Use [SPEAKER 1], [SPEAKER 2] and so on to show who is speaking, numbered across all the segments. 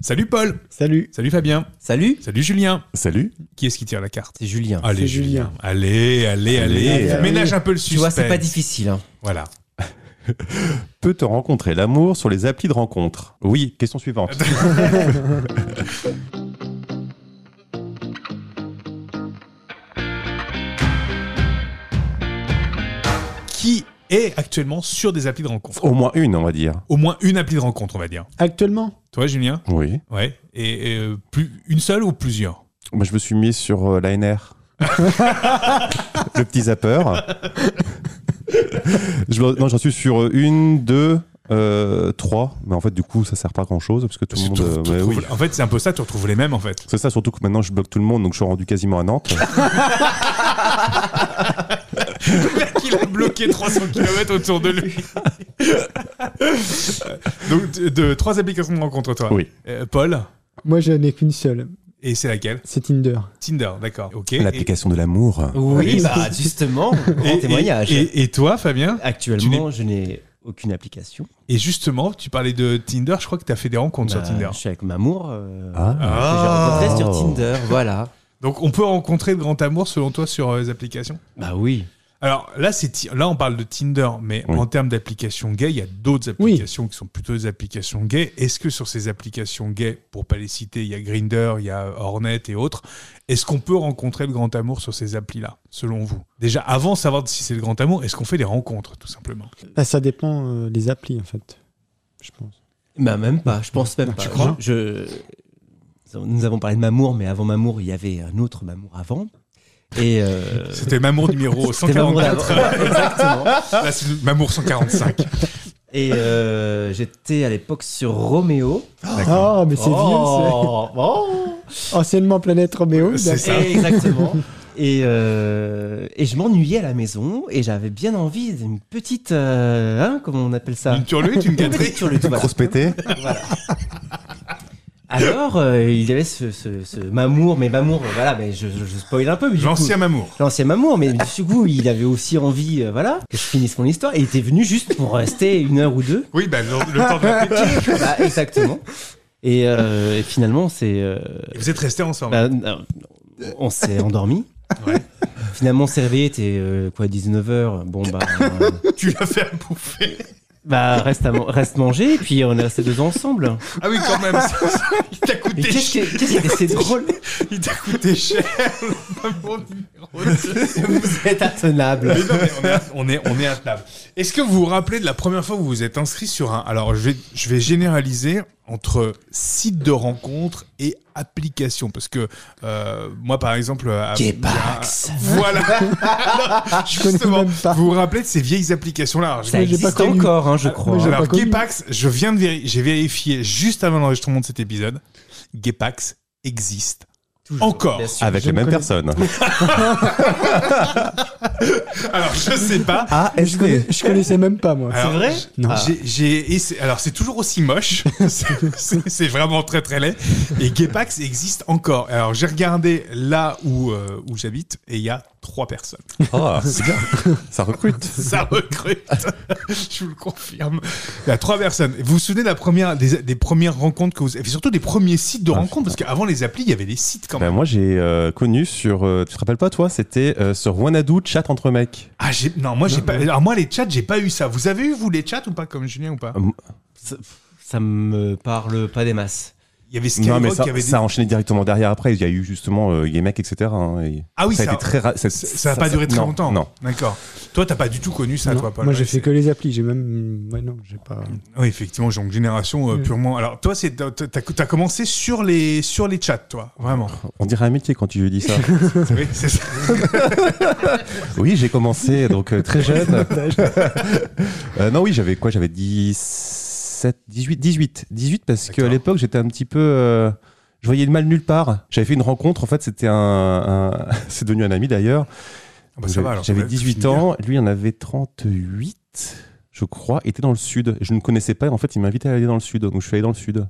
[SPEAKER 1] Salut Paul
[SPEAKER 2] Salut.
[SPEAKER 1] Salut Fabien
[SPEAKER 3] Salut,
[SPEAKER 1] Salut Julien
[SPEAKER 4] Salut.
[SPEAKER 1] Qui est-ce qui tire la carte
[SPEAKER 3] c'est Julien.
[SPEAKER 1] Allez
[SPEAKER 2] C'est
[SPEAKER 1] Julien.
[SPEAKER 2] Julien.
[SPEAKER 1] Allez, allez, allez,
[SPEAKER 4] Allez, allez.
[SPEAKER 1] Ménage un peu le
[SPEAKER 3] Tu
[SPEAKER 1] suspense.
[SPEAKER 3] vois, c'est pas difficile. hein.
[SPEAKER 1] Voilà.
[SPEAKER 4] Peut-on rencontrer l'amour sur les applis de rencontre Oui, question suivante.
[SPEAKER 1] Qui est actuellement sur des applis de rencontre
[SPEAKER 4] Au moins une, on va dire.
[SPEAKER 1] Au moins une appli de rencontre, on va dire.
[SPEAKER 2] Actuellement
[SPEAKER 1] Toi Julien
[SPEAKER 4] Oui.
[SPEAKER 1] Ouais. Et, et, euh, plus, une seule ou plusieurs
[SPEAKER 4] Moi, je me suis mis sur euh, l'ANR. le petit zapper. je, me- non, j'en suis sur euh, une, deux, euh, trois. Mais en fait, du coup, ça sert pas à grand chose parce que tout le monde.
[SPEAKER 1] Tu
[SPEAKER 4] euh,
[SPEAKER 1] retrouves- tu
[SPEAKER 4] mais
[SPEAKER 1] retrouves-
[SPEAKER 4] oui.
[SPEAKER 1] En fait, c'est un peu ça, tu retrouves les mêmes en fait.
[SPEAKER 4] C'est ça, surtout que maintenant je bloque tout le monde, donc je suis rendu quasiment à Nantes.
[SPEAKER 1] Il a bloqué 300 km autour de lui. Donc, de, de trois applications de rencontre, toi.
[SPEAKER 4] Oui.
[SPEAKER 1] Euh, Paul,
[SPEAKER 2] Moi, je n'ai qu'une seule.
[SPEAKER 1] et c'est laquelle
[SPEAKER 2] C'est Tinder.
[SPEAKER 1] Tinder, d'accord. Ok.
[SPEAKER 4] L'application de l'amour.
[SPEAKER 3] Oui,
[SPEAKER 2] Allez.
[SPEAKER 3] bah justement,
[SPEAKER 1] Et-
[SPEAKER 3] grand
[SPEAKER 1] et-
[SPEAKER 3] témoignage.
[SPEAKER 1] Et, et toi, Fabien
[SPEAKER 3] Actuellement, je n'ai aucune application.
[SPEAKER 1] Et justement, tu parlais de Tinder, je crois que tu as fait des rencontres
[SPEAKER 3] Bah,
[SPEAKER 1] sur Tinder.
[SPEAKER 3] Je suis avec Mamour. euh,
[SPEAKER 4] Ah.
[SPEAKER 1] Ah.
[SPEAKER 3] que J'ai rencontré sur
[SPEAKER 2] Oh.
[SPEAKER 3] Tinder, voilà.
[SPEAKER 1] Donc, on peut rencontrer de grands amours selon toi sur euh, les applications
[SPEAKER 3] Bah oui.
[SPEAKER 1] alors là, c'est ti- là, on parle de Tinder, mais
[SPEAKER 4] Oui.
[SPEAKER 1] en termes d'applications gays, il y a d'autres
[SPEAKER 2] Oui.
[SPEAKER 1] applications qui sont plutôt des applications gays. Est-ce que sur ces applications gays, pour pas les citer, il y a Grinder, il y a Hornet et autres, est-ce qu'on peut rencontrer le grand amour sur ces applis-là, selon vous Déjà, avant de savoir si c'est le grand amour, est-ce qu'on fait des rencontres, tout simplement
[SPEAKER 2] Ah, ça dépend euh, des applis, en fait. Je pense.
[SPEAKER 3] Bah même pas, je pense même pas.
[SPEAKER 2] Tu crois
[SPEAKER 3] je, je- Nous avons parlé de Mamour, mais avant Mamour, il y avait un autre Mamour avant. Et euh,
[SPEAKER 1] C'était Mamour numéro
[SPEAKER 3] c'était Mamour
[SPEAKER 1] 144.
[SPEAKER 3] d'avant. Exactement.
[SPEAKER 1] Là, c'est le Mamour 145.
[SPEAKER 3] Et euh, j'étais à l'époque sur Roméo.
[SPEAKER 1] Ah,
[SPEAKER 2] Oh, mais c'est
[SPEAKER 3] Oh, oh.
[SPEAKER 2] vieux, c'est anciennement Planète Roméo.
[SPEAKER 1] C'est ça.
[SPEAKER 3] Et Exactement. Et, euh, et je m'ennuyais à la maison et j'avais bien envie d'une petite. euh, hein, comment on appelle ça
[SPEAKER 1] Une turlute, une gâterie.
[SPEAKER 3] Sur le tout, voilà.
[SPEAKER 4] Grosse pétée.
[SPEAKER 3] Alors, euh, il y avait ce, ce, ce Mamour, mais Mamour, euh, voilà, mais je, je- je spoil un peu. mais du coup-
[SPEAKER 1] L'ancien Mamour.
[SPEAKER 3] L'ancien Mamour, mais du coup, il avait aussi envie, euh, voilà, que je finisse mon histoire. Et il était venu juste pour rester une heure ou deux.
[SPEAKER 1] Oui, bah, le, le temps de l'appétit.
[SPEAKER 3] Voilà, exactement. Et, euh, et finalement, c'est. euh,
[SPEAKER 1] Et Vous êtes restés ensemble.
[SPEAKER 3] Bah, non, on s'est endormi. Finalement, on s'est réveillé, t'es euh, quoi, 19h Bon, bah, euh,
[SPEAKER 1] Tu l'as fait à bouffer.
[SPEAKER 3] bah reste, à man- reste manger, et puis on est restés deux ans ensemble.
[SPEAKER 1] Ah oui, quand même. Il t'a
[SPEAKER 3] Mais
[SPEAKER 1] coûté
[SPEAKER 3] qu'est-ce
[SPEAKER 1] cher.
[SPEAKER 3] que qu'est-ce que c'est drôle
[SPEAKER 1] Il t'a coûté cher. le Mamour numéro deux.
[SPEAKER 3] Vous êtes intenable.
[SPEAKER 1] Mais non, mais on est, on est, on est intenable. Est-ce que vous vous rappelez de la première fois où vous vous êtes inscrit sur un. Alors, je vais, je vais généraliser entre site de rencontre et application. Parce que euh, moi, par exemple. euh, il y a-
[SPEAKER 3] Gepax.
[SPEAKER 1] Voilà. Non,
[SPEAKER 2] connais
[SPEAKER 1] justement,
[SPEAKER 2] même pas.
[SPEAKER 1] vous vous rappelez de ces vieilles applications-là Alors, je
[SPEAKER 3] Ça
[SPEAKER 2] Mais j'ai pas
[SPEAKER 3] existe
[SPEAKER 2] connu.
[SPEAKER 3] encore, hein, je crois.
[SPEAKER 2] mais j'ai
[SPEAKER 1] Alors,
[SPEAKER 2] pas connu.
[SPEAKER 1] Gepax, je viens de vérifier, j'ai vérifié juste avant l'enregistrement de cet épisode, Gepax existe.
[SPEAKER 3] Toujours,
[SPEAKER 1] encore.
[SPEAKER 3] bien sûr.
[SPEAKER 4] Avec
[SPEAKER 2] Je
[SPEAKER 4] les
[SPEAKER 2] me
[SPEAKER 4] mêmes
[SPEAKER 2] connais.
[SPEAKER 4] personnes.
[SPEAKER 1] Alors, je sais pas.
[SPEAKER 3] Ah,
[SPEAKER 2] Je, connais- je connaissais même pas, moi.
[SPEAKER 1] Alors,
[SPEAKER 3] vrai
[SPEAKER 1] j-
[SPEAKER 2] Non.
[SPEAKER 1] j'ai- j'ai essayé- Alors, c'est toujours aussi moche. C'est- c'est c'est vraiment très, très laid. Et Gepax existe encore. Alors, j'ai regardé là où, euh, où j'habite et il y a trois personnes.
[SPEAKER 4] Ah, c'est bien. Ça recrute.
[SPEAKER 1] Ça recrute. je vous le confirme. Il y a trois personnes. Vous vous souvenez de la première, des, des premières rencontres que vous avez Et surtout des premiers sites de
[SPEAKER 4] Ah,
[SPEAKER 1] rencontres parce qu'avant les applis, il y avait des sites quand
[SPEAKER 4] Ben,
[SPEAKER 1] même.
[SPEAKER 4] moi, j'ai euh, connu sur. euh, tu te rappelles pas, toi C'était euh, sur Wanadu, chat entre mecs.
[SPEAKER 1] Ah, j'ai- non, moi, j'ai pas. Alors, moi, les chats, j'ai pas eu ça. Vous avez eu, vous, les chats ou pas, comme Julien ou pas
[SPEAKER 3] Ça, ça me parle pas des masses.
[SPEAKER 1] Il y avait
[SPEAKER 4] Non, mais
[SPEAKER 1] Skyrock,
[SPEAKER 4] ça,
[SPEAKER 1] il y avait des-
[SPEAKER 4] ça a enchaîné directement derrière après. Il y a eu justement euh, les mecs, etc. hein, et
[SPEAKER 1] Ah oui,
[SPEAKER 4] ça,
[SPEAKER 1] ça-
[SPEAKER 4] a été très. ra-
[SPEAKER 1] Ça ça a pas duré très
[SPEAKER 4] non,
[SPEAKER 1] longtemps.
[SPEAKER 4] Non.
[SPEAKER 1] D'accord. Toi, t'as pas du tout connu ça,
[SPEAKER 2] Non,
[SPEAKER 1] toi, Paul.
[SPEAKER 2] moi,
[SPEAKER 1] Ouais,
[SPEAKER 2] j'ai fait
[SPEAKER 1] c'est-
[SPEAKER 2] que les applis. J'ai même. Ouais, non, j'ai pas.
[SPEAKER 1] Oui, effectivement, j'ai une génération euh,
[SPEAKER 2] Mm.
[SPEAKER 1] purement. Alors, toi, c'est t'as- t'as t'as commencé sur les sur les chats, toi, vraiment.
[SPEAKER 4] On dirait un métier quand tu lui dis ça.
[SPEAKER 1] oui, c'est ça. Ah,
[SPEAKER 4] oui, j'ai commencé donc euh, très jeune. Euh, non, oui, j'avais quoi J'avais 17, 18, 18. 18 parce qu'à
[SPEAKER 1] D'accord.
[SPEAKER 4] l'époque, j'étais un petit peu. euh, je voyais le mal nulle part. J'avais fait une rencontre, en fait, c'était un. un- c'est devenu un ami d'ailleurs.
[SPEAKER 1] Ah bah, ça va, alors,
[SPEAKER 4] J'avais
[SPEAKER 1] ouais,
[SPEAKER 4] 18
[SPEAKER 1] c'est
[SPEAKER 4] ans, lui en avait 38, je crois, était dans le sud. Je ne connaissais pas, en fait, il m'invitait à aller dans le sud, donc je suis allé dans le sud.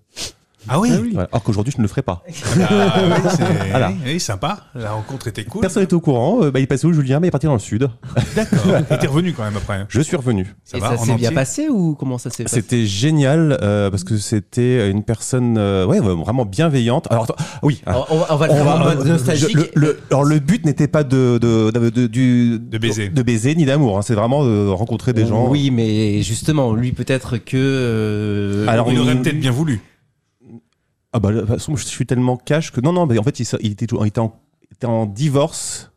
[SPEAKER 1] Ah oui,
[SPEAKER 2] Ah oui.
[SPEAKER 4] Voilà. Alors qu'aujourd'hui, je ne le ferai pas.
[SPEAKER 1] Ah oui, c'est-
[SPEAKER 4] Voilà.
[SPEAKER 1] oui, sympa. La rencontre était cool.
[SPEAKER 4] Personne n'était au courant. Euh, bah, il est passé où, Julien Mais il est parti dans le sud.
[SPEAKER 1] D'accord. Et t'es revenu quand même après.
[SPEAKER 4] Je suis revenu.
[SPEAKER 1] Ça
[SPEAKER 3] Et
[SPEAKER 1] va
[SPEAKER 3] ça
[SPEAKER 1] en
[SPEAKER 3] s'est bien
[SPEAKER 1] entier
[SPEAKER 3] passé ou comment ça s'est passé
[SPEAKER 4] C'était génial euh, parce que c'était une personne euh, ouais, vraiment bienveillante. Alors, attends, oui. hein.
[SPEAKER 3] on, on va, on va le
[SPEAKER 4] On
[SPEAKER 3] faire en
[SPEAKER 4] va-
[SPEAKER 3] mode
[SPEAKER 4] euh,
[SPEAKER 3] nostalgique.
[SPEAKER 4] je- le, le- alors le but n'était pas de de, de, de- du-
[SPEAKER 1] De baiser. Oh,
[SPEAKER 4] de baiser ni d'amour. hein. C'est vraiment de rencontrer des gens.
[SPEAKER 3] Oui, mais justement, lui peut-être que. euh,
[SPEAKER 4] Alors,
[SPEAKER 1] Il
[SPEAKER 4] on-
[SPEAKER 1] aurait peut-être bien voulu.
[SPEAKER 4] Ah bah, de toute façon, je suis tellement cash que non non, mais en fait il, s- il était toujours- il était en, il était en divorce.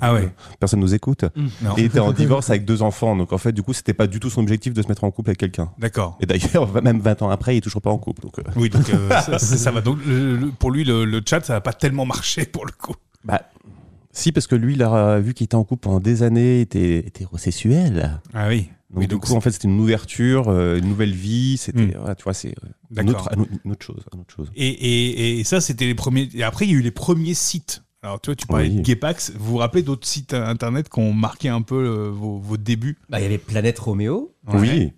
[SPEAKER 1] Ah ouais.
[SPEAKER 4] euh, Personne nous écoute.
[SPEAKER 1] Non.
[SPEAKER 4] Et il était en divorce avec deux enfants. Donc en fait, du coup, c'était pas du tout son objectif de se mettre en couple avec quelqu'un.
[SPEAKER 1] D'accord.
[SPEAKER 4] Et d'ailleurs, même 20 ans après, il est toujours pas en couple. Donc, euh,
[SPEAKER 1] Oui, donc euh, ça, ça- ça va. Donc, le- le- pour lui, le, le chat, ça n'a pas tellement marché pour le coup.
[SPEAKER 4] bah, si, parce que lui, il a vu qu'il était en couple pendant des années, il était hétérosexuel.
[SPEAKER 1] Ah oui.
[SPEAKER 4] Donc,
[SPEAKER 1] Oui,
[SPEAKER 4] du
[SPEAKER 1] donc
[SPEAKER 4] coup, en fait, c'était une ouverture, euh, une nouvelle vie. C'était,
[SPEAKER 1] Mm.
[SPEAKER 4] voilà, tu vois, c'est euh, une
[SPEAKER 1] D'accord.
[SPEAKER 4] autre, une autre chose. Une autre chose.
[SPEAKER 1] Et, et- et ça, c'était les premiers. Et après, il y a eu les premiers sites. Alors, tu vois, tu parlais
[SPEAKER 4] Oui.
[SPEAKER 1] de Gepax. Vous vous rappelez d'autres sites internet qui ont marqué un peu euh, vos, vos débuts
[SPEAKER 3] bah, il y avait Planète Roméo,
[SPEAKER 1] Ouais.
[SPEAKER 4] Oui.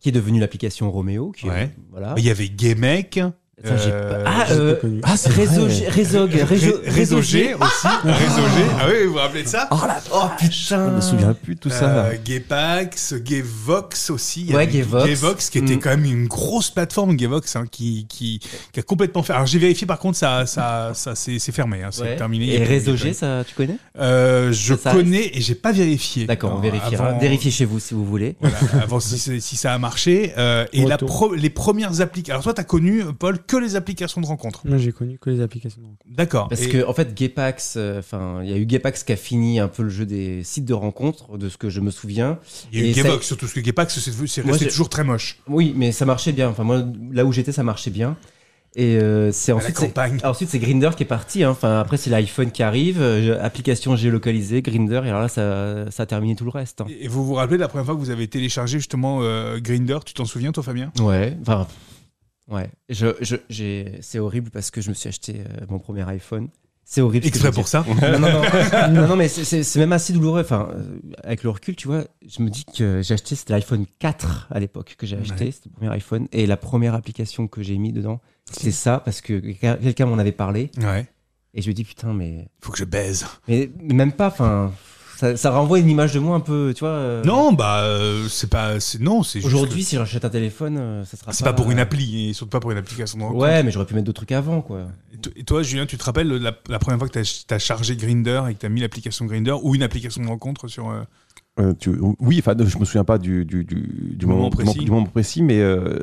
[SPEAKER 3] qui est devenue l'application Roméo. Qui,
[SPEAKER 1] Ouais.
[SPEAKER 3] Voilà.
[SPEAKER 1] Il y avait Gamec.
[SPEAKER 3] Ah. Ça, j'ai
[SPEAKER 1] euh,
[SPEAKER 3] pas- Ah,
[SPEAKER 2] j'ai pas
[SPEAKER 3] euh,
[SPEAKER 2] connu.
[SPEAKER 4] Ah, c'est
[SPEAKER 3] Réseau,
[SPEAKER 4] vrai.
[SPEAKER 3] G- Réseog, Réseau-
[SPEAKER 1] Ré- Réseau G aussi. Réseau G. Ah oui, vous vous rappelez de ça Ah, bah,
[SPEAKER 4] Oh la oh,
[SPEAKER 3] putain.
[SPEAKER 4] Je me souviens plus de tout ça.
[SPEAKER 1] Euh, Gaypax, Gayvox aussi. Il y
[SPEAKER 3] Ouais,
[SPEAKER 1] avait
[SPEAKER 3] Gayvox.
[SPEAKER 1] qui était
[SPEAKER 3] Mm.
[SPEAKER 1] quand même une grosse plateforme, Gayvox, hein, qui, qui, qui a complètement fait. Alors j'ai vérifié, par contre, ça, ça, ça c'est c'est fermé, hein, c'est
[SPEAKER 3] Ouais.
[SPEAKER 1] terminé.
[SPEAKER 3] Et Réseau G, ça, tu connais
[SPEAKER 1] Euh, Je
[SPEAKER 3] Ça, ça
[SPEAKER 1] connais et j'ai pas vérifié.
[SPEAKER 3] D'accord, on
[SPEAKER 1] Non,
[SPEAKER 3] vérifiera.
[SPEAKER 1] avant-
[SPEAKER 3] Vérifiez chez vous si vous voulez.
[SPEAKER 1] Voilà, avant si, c'est- si ça a marché. Euh, et la
[SPEAKER 2] Retour.
[SPEAKER 1] pro- les premières applications. Alors toi, t'as connu, Paul, que les applications de rencontre.
[SPEAKER 2] Moi, j'ai connu que les applications.
[SPEAKER 1] D'accord.
[SPEAKER 3] Parce
[SPEAKER 1] Et-
[SPEAKER 3] que en fait, Gapax, enfin, il y a eu Gapax qui a fini un peu le jeu des sites de rencontres, de ce que je me souviens.
[SPEAKER 1] Il y a eu
[SPEAKER 3] et ça-
[SPEAKER 1] Gaybox, surtout parce que Gaypax, c'est c'est
[SPEAKER 3] Moi,
[SPEAKER 1] resté
[SPEAKER 3] j'ai-
[SPEAKER 1] toujours très moche.
[SPEAKER 3] Oui, mais ça marchait bien. Enfin, moi, là où j'étais, ça marchait bien. Et euh, c'est
[SPEAKER 1] À la
[SPEAKER 3] ensuite. c'est-
[SPEAKER 1] campagne.
[SPEAKER 3] Ensuite, c'est Grinder qui est parti. hein. Enfin, après, c'est l'iPhone qui arrive, euh, application géolocalisée, Grinder, et alors là, ça, ça a terminé tout le reste. hein.
[SPEAKER 1] Et et vous vous rappelez de la première fois que vous avez téléchargé justement euh, Grinder Tu t'en souviens, toi, Fabien
[SPEAKER 3] Ouais, enfin. Ouais. Je, je- j'ai- c'est horrible parce que je me suis acheté euh, mon premier iPhone. C'est horrible. ce que
[SPEAKER 1] Exprès
[SPEAKER 3] je veux
[SPEAKER 1] pour ça
[SPEAKER 3] dire. Non, non, non. non, non, mais c'est- c'est c'est même assez douloureux. Enfin, euh, avec le recul, tu vois, je me dis que j'ai acheté, c'était l'iPhone 4 à l'époque que j'ai acheté, c'était le premier iPhone. Et la première application que j'ai mis dedans, c'était ça parce que quelqu'un m'en avait parlé.
[SPEAKER 1] Ouais.
[SPEAKER 3] Et je me dis, putain, mais
[SPEAKER 1] Faut que je baise.
[SPEAKER 3] Mais même pas, enfin. Ça, ça renvoie une image de moi un peu, tu vois. euh,
[SPEAKER 1] Non, bah, euh, c'est pas. c'est- Non, c'est juste
[SPEAKER 3] Aujourd'hui, si j'achète un téléphone, euh, ça
[SPEAKER 1] que-
[SPEAKER 3] sera
[SPEAKER 1] C'est pas pour une
[SPEAKER 3] euh,
[SPEAKER 1] appli, et surtout pas pour une application de rencontre.
[SPEAKER 3] Ouais, mais j'aurais pu mettre d'autres trucs avant, quoi.
[SPEAKER 1] Et to- Et toi, Julien, tu te rappelles la, la première fois que t'as as chargé Grinder et que t'as mis l'application Grinder ou une application de rencontre sur. euh,
[SPEAKER 4] Euh, tu- oui, enfin, je me souviens pas du, du, du, du
[SPEAKER 1] Moment
[SPEAKER 4] moment, du
[SPEAKER 1] précis.
[SPEAKER 4] moment- du moment précis, mais euh,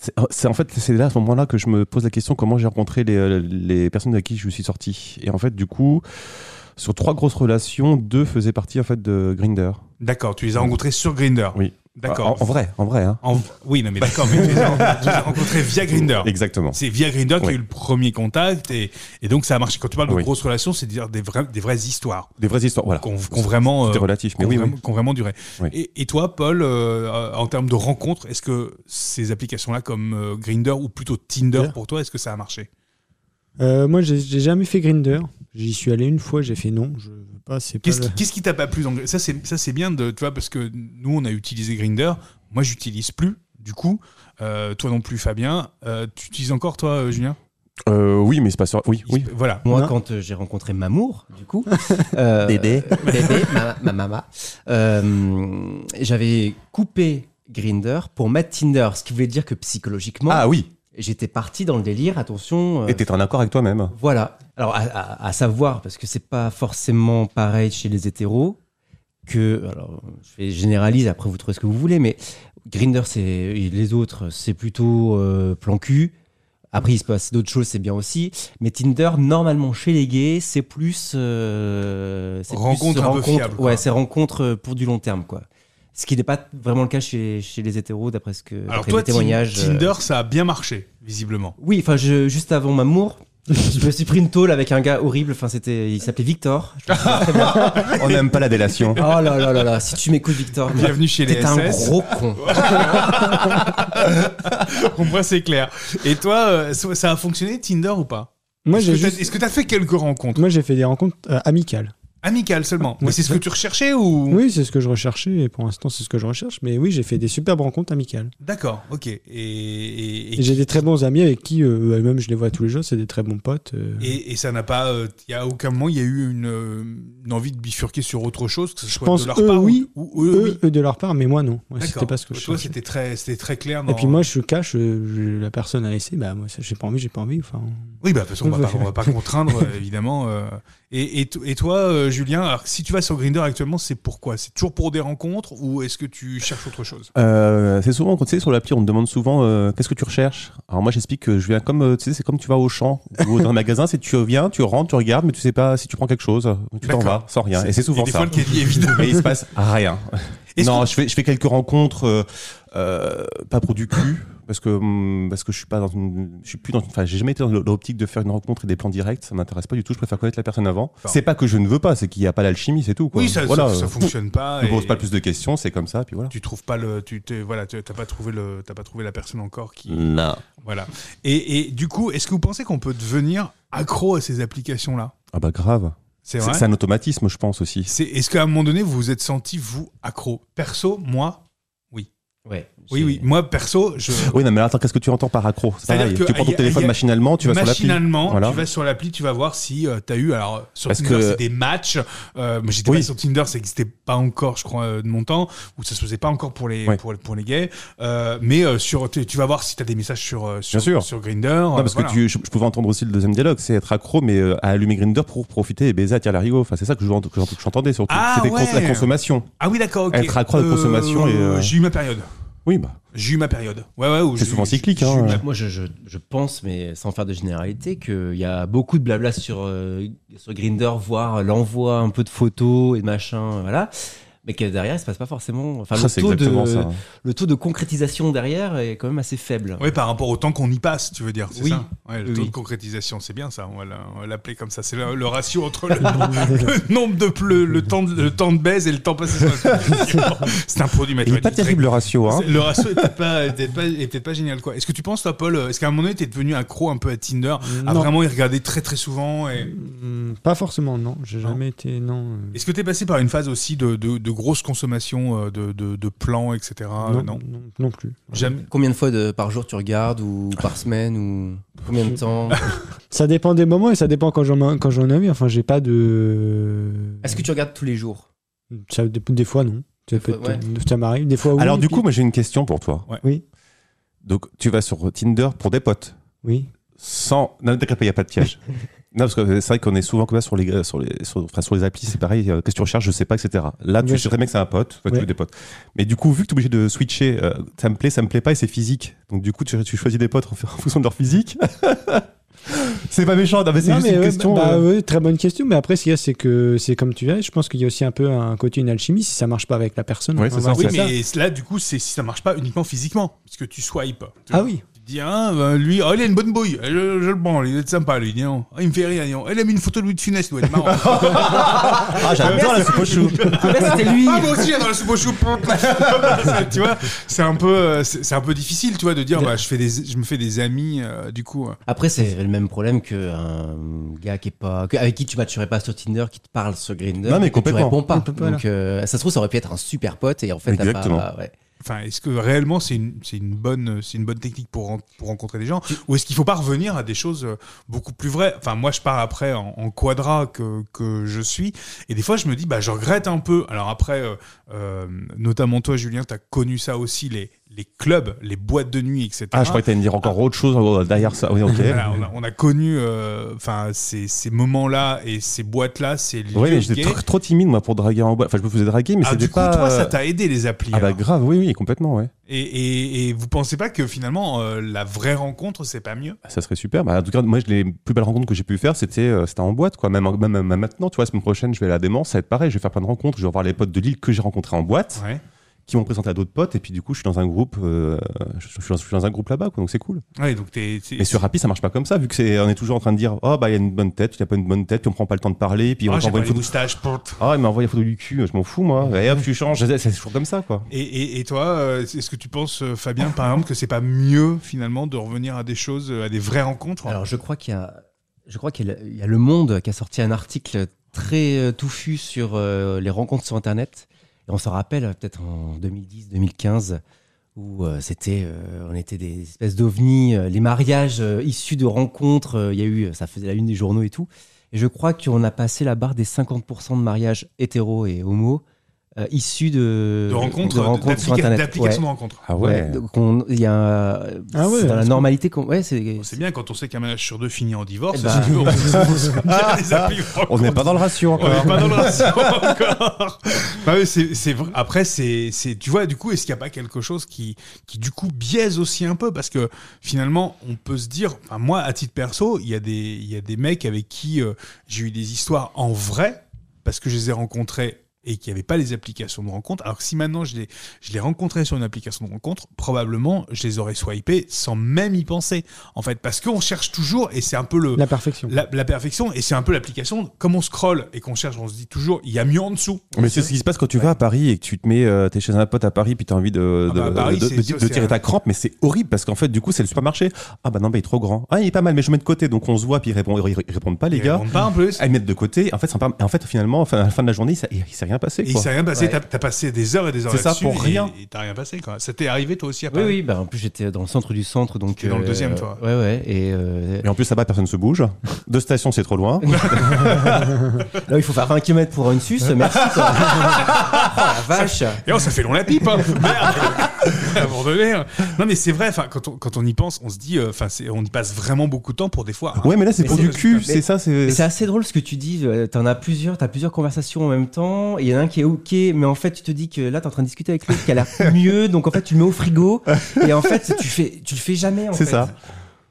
[SPEAKER 4] c'est c'est- en fait c'est là à ce moment-là que je me pose la question comment j'ai rencontré les, euh, les personnes avec qui je suis sorti. Et en fait, du coup, sur trois grosses relations, deux faisaient partie en fait de Grinder.
[SPEAKER 1] D'accord, tu les as rencontrés sur Grinder.
[SPEAKER 4] Oui.
[SPEAKER 1] D'accord.
[SPEAKER 4] En, en vrai, en vrai. Hein.
[SPEAKER 1] En- Oui, non, mais d'accord, mais tu les as tu les as rencontrés via Grinder.
[SPEAKER 4] Exactement.
[SPEAKER 1] C'est via Grinder qu'il y a
[SPEAKER 4] Ouais.
[SPEAKER 1] eu le premier contact et, et donc ça a marché. Quand tu parles de
[SPEAKER 4] Oui.
[SPEAKER 1] grosses relations, c'est dire des, vrais- des vraies histoires
[SPEAKER 4] Des vraies histoires. Voilà.
[SPEAKER 1] qu'on qu'on vraiment.
[SPEAKER 4] C'était
[SPEAKER 1] euh,
[SPEAKER 4] relatif, mais
[SPEAKER 1] qui ont
[SPEAKER 4] oui, oui.
[SPEAKER 1] vraiment, qui ont vraiment duré.
[SPEAKER 4] Oui.
[SPEAKER 1] Et, et toi, Paul, euh, euh, en termes de rencontres, est-ce que ces applications-là, comme euh, Grindr ou plutôt Tinder
[SPEAKER 2] Tinder.
[SPEAKER 1] pour toi, est-ce que ça a marché
[SPEAKER 2] Euh, moi, j'ai j'ai jamais fait Grinder. J'y suis allé une fois, j'ai fait non. Je veux pas, c'est pas.
[SPEAKER 1] Qu'est-ce
[SPEAKER 2] le-
[SPEAKER 1] qui- qu'est-ce qui t'a pas plu dans Grindr Ça, c'est ça, c'est bien de, tu vois, parce que nous, on a utilisé Grindr. Moi, j'utilise plus. Du coup, Euh, toi non plus, Fabien. Euh, tu utilises encore, toi, euh, Julien
[SPEAKER 4] Euh, oui, mais c'est pas sur. Oui, oui.
[SPEAKER 1] Voilà.
[SPEAKER 3] Moi,
[SPEAKER 2] Non.
[SPEAKER 3] quand euh, j'ai rencontré Mamour, du coup, euh,
[SPEAKER 4] Bébé.
[SPEAKER 3] euh, bébé, ma, ma maman, euh, j'avais coupé Grinder pour mettre Tinder, ce qui voulait dire que psychologiquement,
[SPEAKER 4] Ah oui.
[SPEAKER 3] j'étais parti dans le délire. Attention, euh,
[SPEAKER 4] Et t'es en accord avec toi-même.
[SPEAKER 3] Voilà. Alors, à, à- à savoir, parce que c'est pas forcément pareil chez les hétéros, que. Alors, je fais- généralise, après vous trouvez ce que vous voulez, mais Grinder, c'est. et Les autres, c'est plutôt euh, plan cul. Après, il se passe d'autres choses, c'est bien aussi. Mais Tinder, normalement, chez les gays, c'est plus. euh, c'est
[SPEAKER 1] Rencontre un peu
[SPEAKER 3] rencontre-
[SPEAKER 1] fiable, quoi.
[SPEAKER 3] Ouais, c'est rencontre euh, pour du long terme, quoi. Ce qui n'est pas vraiment le cas chez, chez les hétéros, d'après ce que.
[SPEAKER 1] Alors
[SPEAKER 3] d'après
[SPEAKER 1] toi,
[SPEAKER 3] les témoignages,
[SPEAKER 1] Tin-
[SPEAKER 3] euh,
[SPEAKER 1] Tinder, ça a bien marché, visiblement.
[SPEAKER 3] oui, enfin, je- juste avant Mamour, je me suis pris une tôle avec un gars horrible. Enfin, c'était, il s'appelait Victor. Je me souviens très bien.
[SPEAKER 4] On n'aime pas la délation.
[SPEAKER 3] Oh là là là là, si tu m'écoutes, Victor, mais
[SPEAKER 1] Bienvenue chez les
[SPEAKER 3] t'es un
[SPEAKER 1] SS.
[SPEAKER 3] gros con.
[SPEAKER 1] Pour moi, c'est clair. Et toi, euh, ça ça a fonctionné Tinder ou pas
[SPEAKER 2] Moi,
[SPEAKER 1] Est-ce que
[SPEAKER 2] j'ai
[SPEAKER 1] t'as-
[SPEAKER 2] juste-
[SPEAKER 1] Est-ce que tu as fait quelques rencontres
[SPEAKER 2] moi, j'ai fait des rencontres euh, amicales.
[SPEAKER 1] Amical seulement. Mais
[SPEAKER 2] Ouais.
[SPEAKER 1] c'est ce que tu recherchais ou
[SPEAKER 2] Oui, c'est ce que je recherchais et pour l'instant, c'est ce que je recherche. Mais oui, j'ai fait des superbes rencontres amicales.
[SPEAKER 1] D'accord, ok. Et, et,
[SPEAKER 2] Et j'ai des très bons amis avec qui, euh, eux-mêmes, je les vois tous les jours, c'est des très bons potes. euh.
[SPEAKER 1] et- et ça n'a pas. euh, Il y a aucun moment, il y a eu une, euh, une envie de bifurquer sur autre chose, que ce soit
[SPEAKER 2] pense
[SPEAKER 1] de leur
[SPEAKER 2] eux,
[SPEAKER 1] part ou-
[SPEAKER 2] oui.
[SPEAKER 1] ou, ou eux,
[SPEAKER 2] eux,
[SPEAKER 1] oui.
[SPEAKER 2] eux, de leur part, mais moi, non. Moi,
[SPEAKER 1] D'accord.
[SPEAKER 2] c'était pas ce que je
[SPEAKER 1] Toi,
[SPEAKER 2] cherchais.
[SPEAKER 1] c'était très, c'était très clair.
[SPEAKER 2] Et
[SPEAKER 1] dans-
[SPEAKER 2] puis moi, je cache, euh, je- la personne à laissé, bah moi, ça, j'ai pas envie, j'ai pas envie. Enfin,
[SPEAKER 1] Oui, bah, de toute façon, on va pas, on va pas contraindre, euh, évidemment. euh. Et, et, to- et toi, euh, Julien, alors, si tu vas sur Grinder actuellement, c'est pourquoi C'est toujours pour des rencontres ou est-ce que tu cherches autre chose
[SPEAKER 4] Euh, c'est souvent, quand tu sais, sur l'appli, on te demande souvent euh, qu'est-ce que tu recherches. Alors moi, j'explique que je viens comme, euh, tu sais, c'est comme tu vas au champ ou dans un magasin, c'est tu viens, tu rentres, tu regardes, mais tu sais pas si tu prends quelque chose, tu t'en
[SPEAKER 1] D'accord.
[SPEAKER 4] vas, sans rien. Et c'est souvent
[SPEAKER 1] des
[SPEAKER 4] ça.
[SPEAKER 1] fois, le caddie est vide.
[SPEAKER 4] mais il se passe rien.
[SPEAKER 1] Est-ce
[SPEAKER 4] Non, je fais, je fais quelques rencontres, euh, euh, pas pour du cul, parce que hum, parce que je suis pas dans une, je suis plus dans, une- enfin, j'ai jamais été dans l'optique de faire une rencontre et des plans directs. Ça m'intéresse pas du tout. Je préfère connaître la personne avant.
[SPEAKER 1] Enfin.
[SPEAKER 4] C'est pas que je ne veux pas, c'est qu'il n'y a pas l'alchimie, c'est tout. Quoi.
[SPEAKER 1] Oui, ça,
[SPEAKER 4] voilà,
[SPEAKER 1] ça, ça
[SPEAKER 4] euh,
[SPEAKER 1] fonctionne pas.
[SPEAKER 4] Je ne pose
[SPEAKER 1] et
[SPEAKER 4] pas plus de questions, c'est comme ça, puis voilà.
[SPEAKER 1] Tu trouves pas le, tu t'es- voilà, tu- t'as pas trouvé le, t'as pas trouvé la personne encore qui,
[SPEAKER 4] Non.
[SPEAKER 1] voilà. Et, et du coup, est-ce que vous pensez qu'on peut devenir accro à ces applications-là
[SPEAKER 4] Ah bah grave.
[SPEAKER 1] C'est
[SPEAKER 4] C'est
[SPEAKER 1] vrai.
[SPEAKER 4] c'est un automatisme, je pense aussi.
[SPEAKER 1] C'est, est-ce qu'à un moment donné, vous vous êtes senti vous accro Perso, moi,
[SPEAKER 3] Ouais,
[SPEAKER 1] oui,
[SPEAKER 3] j'ai-
[SPEAKER 1] oui, moi perso, je.
[SPEAKER 4] Oui, non, mais attends, qu'est-ce que tu entends par accro C'est
[SPEAKER 1] C'est-à-dire
[SPEAKER 4] pareil.
[SPEAKER 1] que
[SPEAKER 4] Tu prends
[SPEAKER 1] il
[SPEAKER 4] ton
[SPEAKER 1] y a-
[SPEAKER 4] téléphone
[SPEAKER 1] il y a-
[SPEAKER 4] machinalement, tu vas sur l'appli.
[SPEAKER 1] Machinalement,
[SPEAKER 4] Voilà.
[SPEAKER 1] tu vas sur l'appli, tu vas voir si tu as eu. Alors, sur
[SPEAKER 4] Parce
[SPEAKER 1] Tinder,
[SPEAKER 4] que-
[SPEAKER 1] c'est des matchs. Euh, mais j'étais
[SPEAKER 4] Oui.
[SPEAKER 1] pas sur Tinder, ça n'existait pas encore, je crois, euh, de mon temps, ou ça se faisait pas encore pour les,
[SPEAKER 4] Ouais.
[SPEAKER 1] pour, pour les gays. Euh, mais euh, sur, tu, tu vas voir si tu as des messages sur, euh, sur,
[SPEAKER 4] Bien sûr.
[SPEAKER 1] sur Grindr.
[SPEAKER 4] Non, parce que tu, je, je pouvais entendre aussi le deuxième dialogue, c'est être accro, mais euh, à allumer Grinder pour profiter et baiser à tirer l'arigot. Enfin, c'est ça que je- que j'ent- que j'entendais surtout.
[SPEAKER 1] Ah,
[SPEAKER 4] C'était cons-
[SPEAKER 1] ouais.
[SPEAKER 4] la consommation.
[SPEAKER 1] Ah oui, d'accord. ok.
[SPEAKER 4] Être accro à la consommation et, euh,
[SPEAKER 1] J'ai eu ma période.
[SPEAKER 4] Oui, bah.
[SPEAKER 1] J'ai eu ma période. Ouais, ouais. où
[SPEAKER 4] C'est
[SPEAKER 1] j'ai-
[SPEAKER 4] souvent cyclique,
[SPEAKER 1] j'ai eu
[SPEAKER 4] hein.
[SPEAKER 1] ma-
[SPEAKER 3] Moi, je, je, je pense, mais sans faire de généralité, qu'il y a beaucoup de blabla sur, euh, sur Grinder, voire l'envoi un peu de photos et de machin, voilà. Mais que derrière, il se passe pas forcément. Enfin,
[SPEAKER 4] ça,
[SPEAKER 3] le,
[SPEAKER 4] c'est
[SPEAKER 3] taux
[SPEAKER 4] exactement
[SPEAKER 3] de,
[SPEAKER 4] ça.
[SPEAKER 3] le taux de concrétisation derrière est quand même assez faible.
[SPEAKER 1] Ouais, par rapport au temps qu'on y passe, tu veux dire, c'est
[SPEAKER 3] Oui.
[SPEAKER 1] ça Ouais, Le
[SPEAKER 3] Oui,
[SPEAKER 1] taux
[SPEAKER 3] oui.
[SPEAKER 1] de concrétisation, c'est bien ça, on va la- on va l'appeler comme ça. C'est le, le ratio entre le, le nombre de le, le temps de, le temps de baise et le temps passé sur la conversation. C'est un produit
[SPEAKER 4] Il est
[SPEAKER 1] mathématique.
[SPEAKER 4] pas terrible le ratio, hein.
[SPEAKER 1] C'est- Le ratio est peut-être pas, est peut-être pas, est peut-être pas génial, quoi. Est-ce que tu penses, toi, Paul, euh, est-ce qu'à un moment donné, t'es devenu accro un peu à Tinder, à
[SPEAKER 2] non,
[SPEAKER 1] vraiment y regarder très très souvent et...
[SPEAKER 2] Mm, pas forcément, non. J'ai
[SPEAKER 1] Non.
[SPEAKER 2] jamais été, non. euh,
[SPEAKER 1] Est-ce que t'es passé par une phase aussi de, de, de grosse consommation euh, de, de, de plans, etc.
[SPEAKER 2] non, non, non plus.
[SPEAKER 1] Jamais.
[SPEAKER 3] Combien de fois de, par jour tu regardes, ou par semaine, ou combien de temps
[SPEAKER 2] Ça dépend des moments et ça dépend quand j'en quand j'en ai envie. Enfin, j'ai pas de.
[SPEAKER 3] Est-ce que tu regardes tous les jours
[SPEAKER 2] ça, des, des fois non Ça,
[SPEAKER 3] Des
[SPEAKER 2] peut
[SPEAKER 3] fois,
[SPEAKER 2] être- ça m'arrive. Des fois oui.
[SPEAKER 4] Alors, du
[SPEAKER 2] puis-
[SPEAKER 4] coup, moi, j'ai une question pour toi.
[SPEAKER 1] Ouais.
[SPEAKER 2] Oui.
[SPEAKER 4] Donc, tu vas sur Tinder pour des potes.
[SPEAKER 2] oui.
[SPEAKER 4] Sans. Non, t'inquiète pas, il n'y a pas de piège. non, parce que c'est vrai qu'on est souvent comme ça sur les, sur les, sur, enfin, sur les applis, c'est pareil. euh, Qu'est-ce que tu recherches Je sais pas, etc. Là,
[SPEAKER 2] Bien
[SPEAKER 4] tu sais
[SPEAKER 2] sûr.
[SPEAKER 4] très bien que c'est un pote. Enfin, tu
[SPEAKER 2] Ouais.
[SPEAKER 4] veux des potes. Mais du coup, vu que tu es obligé de switcher, euh, ça me plaît, ça me plaît pas et c'est physique. Donc, du coup, tu, tu choisis des potes en, en fonction de leur physique. c'est pas méchant, non, mais c'est
[SPEAKER 2] Non,
[SPEAKER 4] juste
[SPEAKER 2] mais
[SPEAKER 4] une
[SPEAKER 2] ouais,
[SPEAKER 4] question.
[SPEAKER 2] bah,
[SPEAKER 4] euh,
[SPEAKER 2] ouais, très bonne question. Mais après, ce qu'il y a, c'est que c'est comme tu dis. Je pense qu'il y a aussi un peu un côté une alchimie. Si ça marche pas avec la personne,
[SPEAKER 4] Ouais,
[SPEAKER 2] on
[SPEAKER 4] c'est
[SPEAKER 2] va
[SPEAKER 4] ça,
[SPEAKER 1] Oui,
[SPEAKER 2] voir
[SPEAKER 1] mais là, du coup, c'est si ça marche pas uniquement physiquement, parce que tu swipes. tu
[SPEAKER 2] Ah
[SPEAKER 1] vois.
[SPEAKER 2] oui.
[SPEAKER 1] Tu te dis, ah, ben, lui, oh, il a une bonne bouille, je, je le prends, il est sympa, lui, dis donc. Ah, il me fait rire, dis donc. Elle a mis une photo de lui de funeste, ouais, marrant.
[SPEAKER 4] Ah, j'adore la soupe au chou.
[SPEAKER 3] Ah, là, c'était lui
[SPEAKER 1] ah, moi aussi, j'ai dans la soupe aux choux. tu vois, c'est un peu, euh, c'est c'est un peu difficile, tu vois, de dire, bah, je fais des, je me fais des amis, euh, du coup. euh.
[SPEAKER 3] Après, c'est le même problème qu'un gars qui est pas, que- avec qui tu matcherais pas sur Tinder, qui te parle sur Grindr,
[SPEAKER 4] Non, mais
[SPEAKER 3] et que tu
[SPEAKER 4] complètement.
[SPEAKER 3] réponds pas.
[SPEAKER 2] On peut pas,
[SPEAKER 3] Donc, euh, ça se trouve, ça aurait pu être un super pote et en fait, t'as
[SPEAKER 4] Exactement.
[SPEAKER 3] pas. ouais.
[SPEAKER 1] Enfin, est-ce que réellement c'est une, c'est une bonne, c'est une bonne technique pour ren- pour rencontrer des gens, ou est-ce qu'il faut pas revenir à des choses euh, beaucoup plus vraies Enfin, moi, je pars après en, en quadra que que je suis, et des fois, je me dis, bah, je regrette un peu. Alors après, euh, euh, notamment toi, Julien, t'as connu ça aussi, les les clubs, les boîtes de nuit, etc.
[SPEAKER 4] Ah, je croyais que t'allais me dire encore autre chose euh, derrière ça. Oui, ok.
[SPEAKER 1] Voilà, on, a, on a connu euh, enfin ces, ces moments-là et ces boîtes-là, ces lieux
[SPEAKER 4] Oui, mais j'étais
[SPEAKER 1] gays.
[SPEAKER 4] trop, trop timide, moi, pour draguer en boîte. Enfin, je me faisais draguer, mais
[SPEAKER 1] Ah,
[SPEAKER 4] c'était
[SPEAKER 1] du coup,
[SPEAKER 4] pas.
[SPEAKER 1] toi, ça
[SPEAKER 4] euh,
[SPEAKER 1] t'a aidé les applis.
[SPEAKER 4] Ah, bah,
[SPEAKER 1] alors.
[SPEAKER 4] grave, oui, oui, complètement, ouais.
[SPEAKER 1] et, et, et vous pensez pas que finalement euh, la vraie rencontre, c'est pas mieux
[SPEAKER 4] Ça serait super. Bah, en tout cas, moi, je- les plus belles rencontres que j'ai pu faire, c'était euh, c'était en boîte, quoi. Même, en- même, même maintenant, tu vois, la semaine prochaine, je vais à la Démence, ça va être pareil. Je vais faire plein de rencontres. Je vais voir les potes de Lille que j'ai rencontrés en boîte,
[SPEAKER 1] Ouais.
[SPEAKER 4] qui m'ont présenté à d'autres potes. Et puis, du coup, je suis dans un groupe, euh, je, je suis dans, je suis dans un groupe là-bas, quoi. Donc, c'est cool.
[SPEAKER 1] Ouais, donc t'es. t'es-
[SPEAKER 4] Mais sur Rappi, ça marche pas comme ça, vu que c'est, on est toujours en train de dire, oh, bah, il y a une bonne tête, il y a pas une bonne tête, puis on prend pas le temps de parler, puis on
[SPEAKER 1] Ah, j'ai
[SPEAKER 4] t'envoie
[SPEAKER 1] pas
[SPEAKER 4] une
[SPEAKER 1] les
[SPEAKER 4] photo.
[SPEAKER 1] moustaches. pote.
[SPEAKER 4] Ah, il m'a envoyé une photo du cul, je m'en fous, moi. Et hop, tu changes. C'est c'est toujours comme ça, quoi.
[SPEAKER 1] Et, et, et toi, euh, est-ce que tu penses, euh, Fabien, par exemple, que c'est pas mieux finalement de revenir à des choses, euh, à des vraies rencontres
[SPEAKER 3] Alors, je crois qu'il y a, je crois qu'il y a le- il y a le Monde qui a sorti un article très euh, touffu sur euh, les rencontres sur Internet. Et on s'en rappelle euh, peut-être en 2010-2015 où euh, c'était, euh, on était des espèces d'ovnis, euh, les mariages euh, issus de rencontres, euh, il y a eu, ça faisait la une des journaux et tout. Et je crois qu'on a passé la barre des 50% de mariages hétéro et homo euh, issus de,
[SPEAKER 1] De rencontres,
[SPEAKER 3] euh, de rencontres sur
[SPEAKER 1] d'applica-
[SPEAKER 3] Internet.
[SPEAKER 1] d'applications
[SPEAKER 3] Ouais.
[SPEAKER 1] de rencontres.
[SPEAKER 4] Ah
[SPEAKER 3] Ouais, donc on- il y a un-
[SPEAKER 2] Ah ouais,
[SPEAKER 3] c'est dans la
[SPEAKER 2] c'est-
[SPEAKER 3] normalité qu'on ouais, c'est
[SPEAKER 1] C'est bien quand on sait qu'un ménage sur deux finit en divorce.
[SPEAKER 3] Eh ben-
[SPEAKER 1] si tu veux, on- on- les applis de
[SPEAKER 4] On n'est pas dans le ratio
[SPEAKER 1] On n'est
[SPEAKER 4] encore.
[SPEAKER 1] pas dans le ratio encore. Bah oui, c'est- c'est vrai. Après, c'est, c'est- tu vois, du coup, est-ce qu'il n'y a pas quelque chose qui, qui, du coup, biaise aussi un peu Parce que finalement, on peut se dire, enfin, moi, à titre perso, il y, a des- il y a des mecs avec qui euh, j'ai eu des histoires en vrai, parce que je les ai rencontrés et qu'il n'y avait pas les applications de rencontre. Alors que si maintenant je les, je les rencontrais sur une application de rencontre, probablement je les aurais swipés sans même y penser. En fait, parce qu'on cherche toujours, et c'est un peu le,
[SPEAKER 2] La perfection.
[SPEAKER 1] la, la perfection, et c'est un peu l'application, comme on scroll et qu'on cherche, on se dit toujours, il y a mieux en dessous.
[SPEAKER 4] Mais c'est ce qui se passe quand tu vas à Paris et que tu te mets, euh, t'es chez un pote à Paris, puis t'as envie de,
[SPEAKER 1] Ah bah,
[SPEAKER 4] de-
[SPEAKER 1] à Paris,
[SPEAKER 4] de-
[SPEAKER 1] c'est-
[SPEAKER 4] de-
[SPEAKER 1] ça,
[SPEAKER 4] de
[SPEAKER 1] c'est
[SPEAKER 4] tirer
[SPEAKER 1] un-
[SPEAKER 4] ta crampe, mais c'est horrible parce qu'en fait, du coup, c'est le supermarché. Ah bah non, bah il est trop grand. Ah, il est pas mal, mais je mets de côté. Donc on se voit, puis ils répondent, ils répondent pas, les
[SPEAKER 1] Ils
[SPEAKER 4] gars.
[SPEAKER 1] répondent pas en plus.
[SPEAKER 4] Ah, Ils mettent de côté. En fait, ça me permet- en fait finalement, enfin, à la fin de la journée, il s'est- il s'est rien passé.
[SPEAKER 1] Et il
[SPEAKER 4] quoi.
[SPEAKER 1] s'est rien passé,
[SPEAKER 3] Ouais.
[SPEAKER 1] t'as t'as passé des heures et des heures
[SPEAKER 4] C'est ça,
[SPEAKER 1] là-dessus
[SPEAKER 4] pour
[SPEAKER 1] et-
[SPEAKER 4] rien.
[SPEAKER 1] Et t'as rien passé, quoi. Ça t'est arrivé toi aussi à
[SPEAKER 3] Oui,
[SPEAKER 1] Paris
[SPEAKER 3] oui, bah en plus j'étais dans le centre du centre, donc.
[SPEAKER 1] T'étais dans le deuxième, toi.
[SPEAKER 3] Ouais, ouais. Et euh,
[SPEAKER 4] Et en plus, là-bas, personne se bouge. Deux stations, c'est trop loin.
[SPEAKER 3] là, il faut faire 20 km pour une suce, merci. Quoi. Ah, la vache.
[SPEAKER 1] Et oh, ça fait long la pipe, hein. Merde. À un moment donné, hein. Non, mais c'est vrai, enfin, quand on, quand on y pense, on se dit, euh, enfin, c'est- on y passe vraiment beaucoup de temps pour des fois. hein.
[SPEAKER 4] Ouais, mais là, c'est
[SPEAKER 3] Mais
[SPEAKER 4] pour
[SPEAKER 3] c'est-
[SPEAKER 4] du cul.
[SPEAKER 3] mais-
[SPEAKER 4] C'est ça, c'est.
[SPEAKER 3] Mais C'est assez drôle ce que tu dis. euh, T'en as plusieurs, t'as plusieurs conversations en même temps. et Il y en a un qui est ok, mais en fait tu te dis que là t'es en train de discuter avec l'autre qui a l'air mieux, donc en fait tu le mets au frigo. Et en fait tu fais, tu le fais jamais. en
[SPEAKER 4] C'est
[SPEAKER 3] fait.
[SPEAKER 4] ça.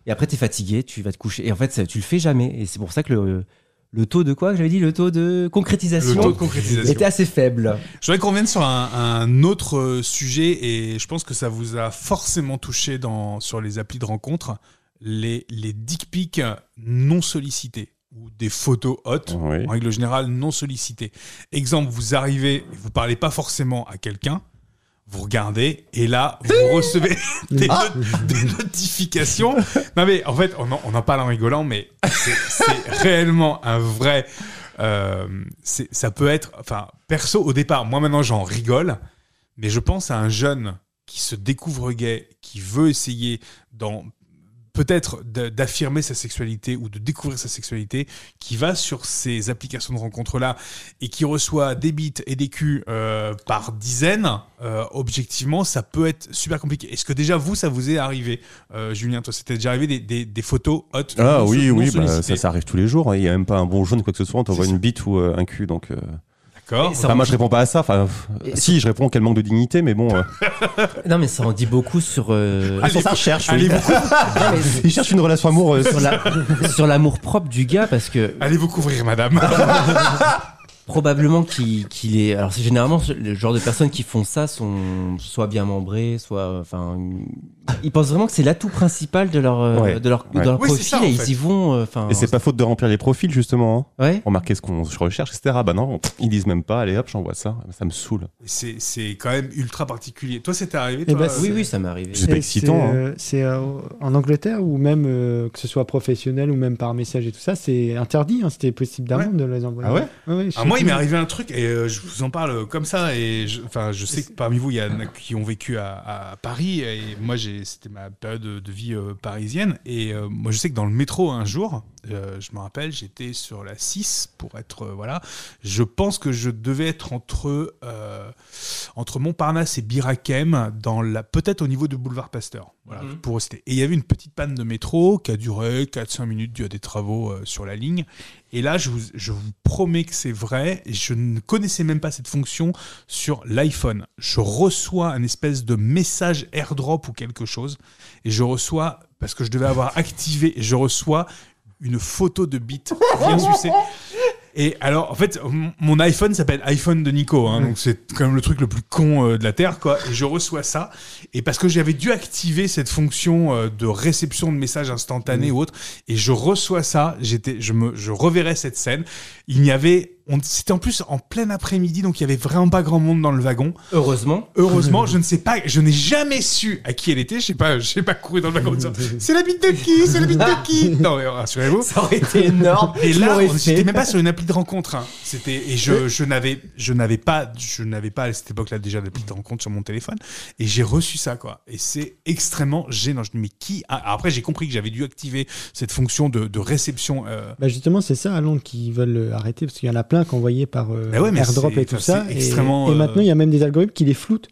[SPEAKER 3] Et après t'es fatigué, tu vas te coucher. Et en fait ça- tu le fais jamais. Et c'est pour ça que le, le taux de quoi que j'avais dit, le taux de
[SPEAKER 1] Le
[SPEAKER 3] concrétisation
[SPEAKER 1] taux de concrétisation.
[SPEAKER 3] était assez faible.
[SPEAKER 1] Je voudrais qu'on revienne sur un, un autre euh, sujet et je pense que ça vous a forcément touché dans, sur les applis de rencontre, les, les dick pics non sollicités ou des photos hautes,
[SPEAKER 4] Oui.
[SPEAKER 1] en règle générale non sollicitées. Exemple, vous arrivez, et vous parlez pas forcément à quelqu'un, vous regardez et là vous recevez des, not- des notifications. Non mais en fait on en, on en parle en rigolant, mais c'est- c'est réellement un vrai. euh, c'est- ça peut être, enfin perso au départ, moi maintenant j'en rigole, mais je pense à un jeune qui se découvre gay, qui veut essayer dans peut-être d'a- d'affirmer sa sexualité ou de découvrir sa sexualité, qui va sur ces applications de rencontres-là et qui reçoit des bits et des culs euh, par dizaines, euh, objectivement, ça peut être super compliqué. Est-ce que déjà, vous, ça vous est arrivé, euh, Julien Toi, c'était déjà arrivé des, des- des photos hautes
[SPEAKER 4] Ah
[SPEAKER 1] non so-
[SPEAKER 4] oui,
[SPEAKER 1] non
[SPEAKER 4] oui, bah,
[SPEAKER 1] sollicitées.
[SPEAKER 4] ça, ça arrive tous les jours. hein. Il n'y a même pas un bon jaune ou quoi que ce soit. On t'envoie
[SPEAKER 1] C'est ça.
[SPEAKER 4] une bite ou euh, un cul. Donc, euh,
[SPEAKER 1] D'accord.
[SPEAKER 3] Et ça-
[SPEAKER 4] enfin, moi, je réponds pas à ça. Enfin, euh,
[SPEAKER 3] Et-
[SPEAKER 4] si, je réponds quel manque de dignité, mais bon. euh,
[SPEAKER 3] Non mais ça en dit beaucoup sur. euh,
[SPEAKER 1] Ah, sur sa
[SPEAKER 4] recherche.
[SPEAKER 1] Allez vous,
[SPEAKER 4] Il cherche une relation amoureuse.
[SPEAKER 3] sur la- sur l'amour propre du gars parce que
[SPEAKER 1] allez vous couvrir, madame.
[SPEAKER 3] probablement qu'il qu'il est alors c'est généralement le genre de personnes qui font ça sont soit bien membrées soit enfin ils pensent vraiment que c'est l'atout principal de leur euh,
[SPEAKER 4] Ouais.
[SPEAKER 3] de leur, de
[SPEAKER 4] Ouais.
[SPEAKER 3] leur
[SPEAKER 1] Oui, c'est
[SPEAKER 3] profil
[SPEAKER 1] ça, en
[SPEAKER 3] et ils
[SPEAKER 1] fait.
[SPEAKER 3] y vont euh, enfin
[SPEAKER 4] Et c'est pas faute de remplir les profils, justement. hein.
[SPEAKER 3] ouais
[SPEAKER 4] Remarquez ce qu'on recherche, etc. Bah non, ils disent même pas. Allez hop, j'envoie ça. Ça me saoule.
[SPEAKER 1] C'est c'est quand même ultra particulier. Toi, c'était arrivé,
[SPEAKER 2] Eh
[SPEAKER 1] toi
[SPEAKER 2] ben,
[SPEAKER 1] euh,
[SPEAKER 3] oui oui ça m'est arrivé
[SPEAKER 4] C'est pas
[SPEAKER 2] Et
[SPEAKER 4] excitant,
[SPEAKER 2] c'est, euh, C'est euh, en Angleterre ou même euh, que ce soit professionnel ou même par message et tout ça, c'est interdit. hein, C'était possible d'amende de les envoyer.
[SPEAKER 4] Ah ouais
[SPEAKER 2] je
[SPEAKER 1] Ah,
[SPEAKER 2] sais
[SPEAKER 1] moi, il
[SPEAKER 2] plus.
[SPEAKER 1] m'est arrivé un truc et euh, je vous en parle comme ça. Et je, enfin, je sais que parmi vous, il y en a qui ont vécu à, à Paris. Et moi, j'ai- c'était ma période de, de vie euh, parisienne. Et euh, moi, je sais que dans le métro, un jour, euh, je me rappelle, j'étais sur la 6 pour être. euh, voilà. Je pense que je devais être entre, euh, entre Montparnasse et Birakem, dans la- peut-être au niveau de Boulevard Pasteur. Voilà,
[SPEAKER 3] Mhm.
[SPEAKER 1] pour rester. Et il y avait une petite panne de métro qui a duré 4-5 minutes dû à des travaux euh, sur la ligne. Et là, je vous, je vous promets que c'est vrai. et Je ne connaissais même pas cette fonction sur l'iPhone. Je reçois un espèce de message airdrop ou quelque chose. Et je reçois, parce que je devais avoir activé, et je reçois une photo de bite. Bien sucée. Et alors, en fait, m- mon iPhone s'appelle iPhone de Nico, hein, donc c'est quand même le truc le plus con euh, de la terre, quoi. Et je reçois ça, et parce que j'avais dû activer cette fonction euh, de réception de messages instantanés ou autre, et je reçois ça, j'étais, je me, je reverrai cette scène. Il n'y avait on- c'était en plus en plein après-midi, donc il y avait vraiment pas grand monde dans le wagon.
[SPEAKER 3] Heureusement.
[SPEAKER 1] Heureusement, je ne sais pas, je n'ai jamais su à qui elle était. Je sais pas, j'ai pas couru dans le wagon. en disant, C'est la bite de qui C'est la bite de qui Non, mais rassurez-vous.
[SPEAKER 3] Ça aurait été énorme.
[SPEAKER 1] Et
[SPEAKER 3] Je
[SPEAKER 1] là,
[SPEAKER 3] l'aurais
[SPEAKER 1] on-
[SPEAKER 3] fait.
[SPEAKER 1] j'étais même pas sur une appli de rencontre. hein. C'était et je,
[SPEAKER 2] Euh.
[SPEAKER 1] je n'avais je n'avais pas je n'avais pas à cette époque-là déjà d'appli de rencontre sur mon téléphone et j'ai reçu ça quoi. Et c'est extrêmement gênant. Je me dis mais qui a- Après j'ai compris que j'avais dû activer cette fonction de, de réception. euh,
[SPEAKER 2] Bah justement, c'est ça à Londres qui veulent euh, arrêter parce qu'il y en a plein qui ont envoyé par euh,
[SPEAKER 1] Bah ouais, mais
[SPEAKER 2] airdrop
[SPEAKER 1] c'est-
[SPEAKER 2] et tout
[SPEAKER 1] enfin,
[SPEAKER 2] ça.
[SPEAKER 1] c'est
[SPEAKER 2] Et,
[SPEAKER 1] extrêmement, euh,
[SPEAKER 2] et maintenant, il y a même des algorithmes qui les floutent.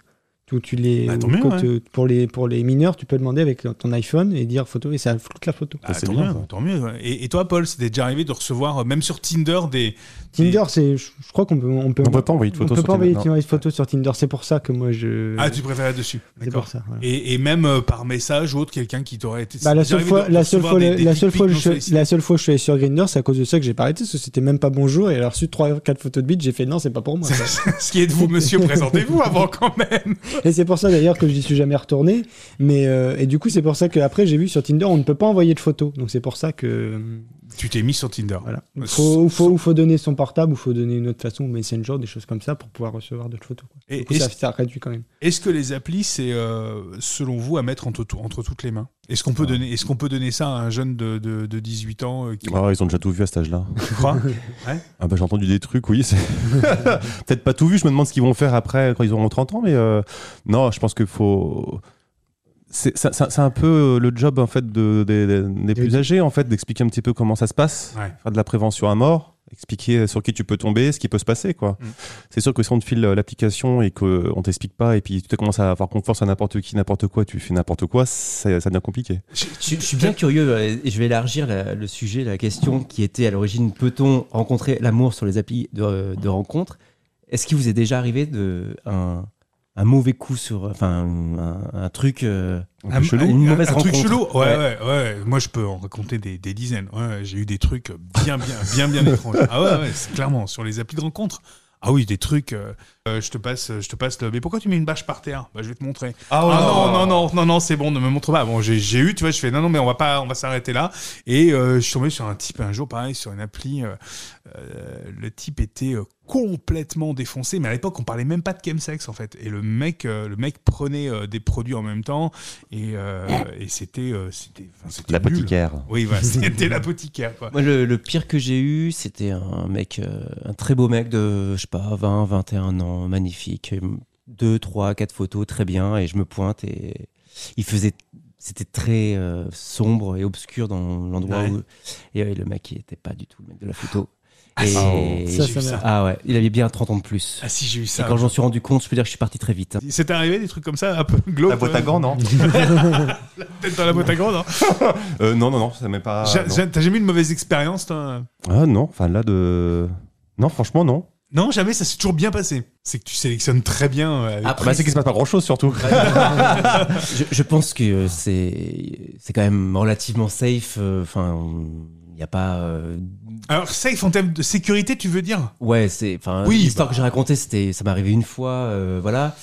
[SPEAKER 2] Où tu les,
[SPEAKER 1] Bah, tant
[SPEAKER 2] où
[SPEAKER 1] mieux,
[SPEAKER 2] quand,
[SPEAKER 1] ouais.
[SPEAKER 2] euh, pour, les, pour les mineurs, tu peux demander avec ton iPhone et dire photo et ça floute la photo.
[SPEAKER 1] Ah,
[SPEAKER 4] c'est
[SPEAKER 1] tant,
[SPEAKER 4] bien,
[SPEAKER 1] mieux,
[SPEAKER 4] quoi.
[SPEAKER 1] tant mieux. ouais. Et, et toi, Paul, c'était déjà arrivé de recevoir, euh, même sur Tinder, des.
[SPEAKER 2] Tinder, c'est, je je crois qu'on peut, on peut,
[SPEAKER 4] On peut pas envoyer de
[SPEAKER 2] on
[SPEAKER 4] photos
[SPEAKER 2] peut
[SPEAKER 4] sur
[SPEAKER 2] pas envoyer
[SPEAKER 4] Tinder.
[SPEAKER 2] de photos sur Tinder. C'est pour ça que moi je.
[SPEAKER 1] Ah, tu préférais dessus.
[SPEAKER 2] Euh. c'est
[SPEAKER 1] D'accord.
[SPEAKER 2] pour ça. voilà.
[SPEAKER 1] Et, et même euh, par message ou autre, quelqu'un qui t'aurait été.
[SPEAKER 2] Bah, la
[SPEAKER 1] C'est déjà arrivé
[SPEAKER 2] seule fois,
[SPEAKER 1] de- de
[SPEAKER 2] la seule
[SPEAKER 1] recevoir
[SPEAKER 2] fois,
[SPEAKER 1] des-
[SPEAKER 2] le-
[SPEAKER 1] des
[SPEAKER 2] la
[SPEAKER 1] dick
[SPEAKER 2] seule
[SPEAKER 1] pics
[SPEAKER 2] fois,
[SPEAKER 1] non
[SPEAKER 2] je, suis-
[SPEAKER 1] sollicités.
[SPEAKER 2] la seule fois, je suis allé sur Grindr, c'est à cause de ça que j'ai pas arrêté, parce que c'était même pas bonjour, et elle a reçu trois, quatre photos de bite, j'ai fait non, c'est pas pour moi. ça.
[SPEAKER 1] Ce qui est de vous, monsieur, présentez-vous avant quand même.
[SPEAKER 2] et c'est pour ça d'ailleurs que j'y suis jamais retourné, mais euh, et du coup c'est pour ça qu'après j'ai vu sur Tinder, on ne peut pas envoyer de photos, donc c'est pour ça que euh,
[SPEAKER 1] Tu t'es mis sur Tinder.
[SPEAKER 2] voilà,
[SPEAKER 1] Ouais,
[SPEAKER 2] faut, ou faut, ou faut donner son portable, ou faut donner une autre façon, ou Messenger, des choses comme ça pour pouvoir recevoir d'autres photos. quoi.
[SPEAKER 1] Et
[SPEAKER 2] Du coup,
[SPEAKER 1] est-ce
[SPEAKER 2] ça, ça réduit quand même.
[SPEAKER 1] est-ce que les applis, c'est euh, selon vous à mettre entre, tout- entre toutes les mains Est-ce qu'on peut, donner, est qu'on peut donner ça à un jeune de, de, de 18 ans euh, qui
[SPEAKER 4] Ah, ils ont déjà tout vu à cet âge-là.
[SPEAKER 1] croit
[SPEAKER 4] Ah bah j'ai entendu des trucs, oui. c'est- Peut-être pas tout vu, je me demande ce qu'ils vont faire après quand ils auront 30 ans, mais euh, non, je pense qu'il faut... C'est ça- ça- c'est un peu le job en fait de- des- des- des plus âgés en fait d'expliquer un petit peu comment ça se passe,
[SPEAKER 1] Ouais.
[SPEAKER 4] faire de la prévention à mort, expliquer sur qui tu peux tomber, ce qui peut se passer quoi.
[SPEAKER 1] Mm.
[SPEAKER 4] C'est sûr que si on te file euh, l'application et que euh, on t'explique pas et puis tu te commences à avoir confiance à n'importe qui, n'importe quoi, tu fais n'importe quoi, c'est- ça devient compliqué.
[SPEAKER 3] Je, je suis bien curieux euh, et je vais élargir la- le sujet, la question qui était à l'origine peut-on rencontrer l'amour sur les applis de, euh, de rencontre Est-ce qu'il vous est déjà arrivé de un, un mauvais coup sur, enfin un, un truc euh,
[SPEAKER 4] Un peu chelou.
[SPEAKER 3] une
[SPEAKER 1] un-
[SPEAKER 3] mauvaise
[SPEAKER 1] un truc
[SPEAKER 3] rencontre.
[SPEAKER 1] chelou ouais,
[SPEAKER 3] Ouais.
[SPEAKER 1] ouais, ouais, Moi, je peux en raconter des, des dizaines. Ouais, ouais, j'ai eu des trucs bien, bien, bien, bien étranges. Ah ouais, ouais, c'est clairement sur les applis de rencontre. Ah oui, des trucs. euh, euh, je te passe, je te passe. Le... Mais pourquoi tu mets une bâche par terre Bah, je vais te montrer. Ah, non, non, non, non, non, c'est bon, ne me montre pas. Bon, j'ai j'ai eu, tu vois, je fais non, non, mais on va pas, on va s'arrêter là. Et euh, je suis tombé sur un type un jour, pareil, sur une appli. euh, euh, le type était euh, complètement défoncé, mais à l'époque, on parlait même pas de chemsex en fait. Et le mec, euh, le mec prenait euh, des produits en même temps, et, euh, et c'était, euh, c'était, enfin, c'était nul.
[SPEAKER 4] L'apothicaire.
[SPEAKER 1] Oui, voilà, c'était l'apothicaire. Quoi.
[SPEAKER 3] Moi, le, le pire que j'ai eu, c'était un mec, euh, un très beau mec de, je sais pas, 20, 21 ans, magnifique. Deux, trois, quatre photos, très bien. Et je me pointe et il faisait. C'était très euh, sombre et obscur dans l'endroit
[SPEAKER 1] Ouais.
[SPEAKER 3] où. Et ouais, le mec, il était pas du tout le mec de la photo.
[SPEAKER 1] Ah, si,
[SPEAKER 3] Et-
[SPEAKER 1] si,
[SPEAKER 2] Ça,
[SPEAKER 1] j'ai eu
[SPEAKER 2] ça m'a-
[SPEAKER 1] ça.
[SPEAKER 3] Ah ouais, il avait bien 30 ans de plus.
[SPEAKER 1] Ah, si, j'ai eu
[SPEAKER 3] Et
[SPEAKER 1] ça.
[SPEAKER 3] quand j'en suis rendu compte, je peux dire que je suis parti très vite. hein.
[SPEAKER 1] C'est arrivé des trucs comme ça, un peu glauque. euh,
[SPEAKER 4] non
[SPEAKER 1] Peut-être dans la boîte à gants, non
[SPEAKER 4] Euh, Non, non, non, ça m'est
[SPEAKER 3] Ah,
[SPEAKER 4] pas.
[SPEAKER 1] J'ai-
[SPEAKER 4] non.
[SPEAKER 1] j'ai- T'as jamais eu une mauvaise expérience, toi
[SPEAKER 4] Ah non, enfin là de. Non, franchement, non.
[SPEAKER 1] Non, jamais, ça s'est toujours bien passé. C'est que tu sélectionnes très bien. euh, avec-
[SPEAKER 3] Après,
[SPEAKER 4] bah, c'est qu'il se passe pas grand chose surtout.
[SPEAKER 3] je, je pense que euh, c'est c'est quand même relativement safe. euh, Enfin, il n'y a pas euh,
[SPEAKER 1] Alors, safe en termes de sécurité, tu veux dire
[SPEAKER 3] Ouais, c'est enfin
[SPEAKER 1] Oui,
[SPEAKER 3] l'histoire
[SPEAKER 1] bah.
[SPEAKER 3] que j'ai racontée, c'était ça m'est arrivé une fois, euh, voilà.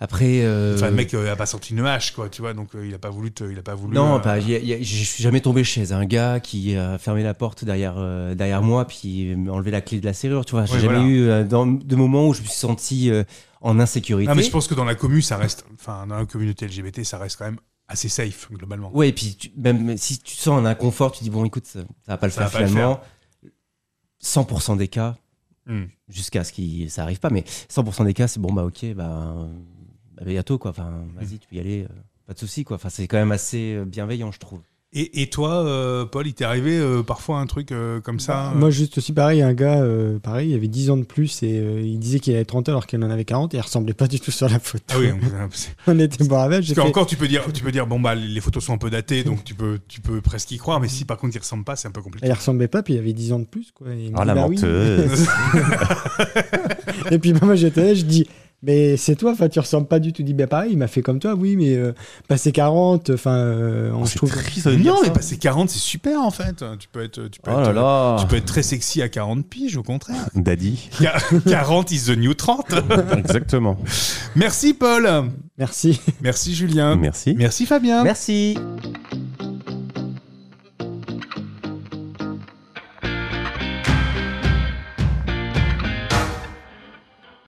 [SPEAKER 3] Après, euh,
[SPEAKER 1] Enfin, le mec euh, a pas sorti une hache, quoi, tu vois, donc euh, il a pas voulu. te- il a pas voulu
[SPEAKER 3] non,
[SPEAKER 1] euh,
[SPEAKER 3] bah, y a- y a- je suis jamais tombé chez un gars qui a fermé la porte derrière euh, derrière moi puis m'a enlevé la clé de la serrure, tu vois. J'ai
[SPEAKER 1] Ouais,
[SPEAKER 3] jamais
[SPEAKER 1] voilà.
[SPEAKER 3] eu euh, dans- de moment où je me suis senti euh, en insécurité.
[SPEAKER 1] Ah, mais je pense que dans la commu, ça reste. Enfin, dans la communauté LGBT, ça reste quand même assez safe, globalement.
[SPEAKER 3] Ouais, et puis tu- même si tu sens un inconfort, tu dis bon, écoute, ça, ça va pas le
[SPEAKER 1] Ça
[SPEAKER 3] faire
[SPEAKER 1] va pas le
[SPEAKER 3] finalement. 100% des cas,
[SPEAKER 1] Hmm.
[SPEAKER 3] jusqu'à ce que ça arrive pas, mais 100% des cas, c'est bon, bah ok, bah, à bientôt, quoi. Enfin, vas-y, tu peux y aller, euh, pas de souci, quoi. Enfin, c'est quand même assez euh, bienveillant, je trouve.
[SPEAKER 1] Et, et toi, euh, Paul, il t'est arrivé euh, parfois un truc euh, comme ça euh,
[SPEAKER 2] Bah, Moi, juste aussi pareil, un gars, euh, pareil, il avait 10 ans de plus et euh, il disait qu'il avait 30 ans alors qu'il en avait 40 et il ressemblait pas du tout sur la photo.
[SPEAKER 1] Ah oui, donc, euh, c'est-
[SPEAKER 2] on était bon avec, j'ai
[SPEAKER 1] parce
[SPEAKER 2] fait.
[SPEAKER 1] qu'encore tu peux dire, tu peux dire, bon bah les photos sont un peu datées, donc tu peux, tu peux presque y croire, mais si par contre ils ressemblent pas, c'est un peu compliqué.
[SPEAKER 2] Elle ressemblait pas, puis il avait 10 ans de plus. Quoi. Et il me
[SPEAKER 4] Ah
[SPEAKER 2] dit,
[SPEAKER 4] la
[SPEAKER 2] bah oui.
[SPEAKER 4] menteuse.
[SPEAKER 2] Et puis bah, moi j'étais là, je dis, mais c'est toi, enfin tu ressembles pas du tout. Il dit, bah pareil, il m'a fait comme toi, oui, mais euh, passé 40, enfin euh, on se trouve.
[SPEAKER 1] non, mais passer 40, c'est super en fait. Tu peux être, tu peux,
[SPEAKER 4] Oh
[SPEAKER 1] être,
[SPEAKER 4] là là.
[SPEAKER 1] Tu peux être très sexy à 40 piges, au contraire.
[SPEAKER 4] Daddy.
[SPEAKER 1] 40 is the new 30.
[SPEAKER 4] Exactement.
[SPEAKER 1] Merci Paul.
[SPEAKER 2] Merci.
[SPEAKER 1] Merci Julien.
[SPEAKER 4] Merci.
[SPEAKER 1] Merci Fabien.
[SPEAKER 3] Merci!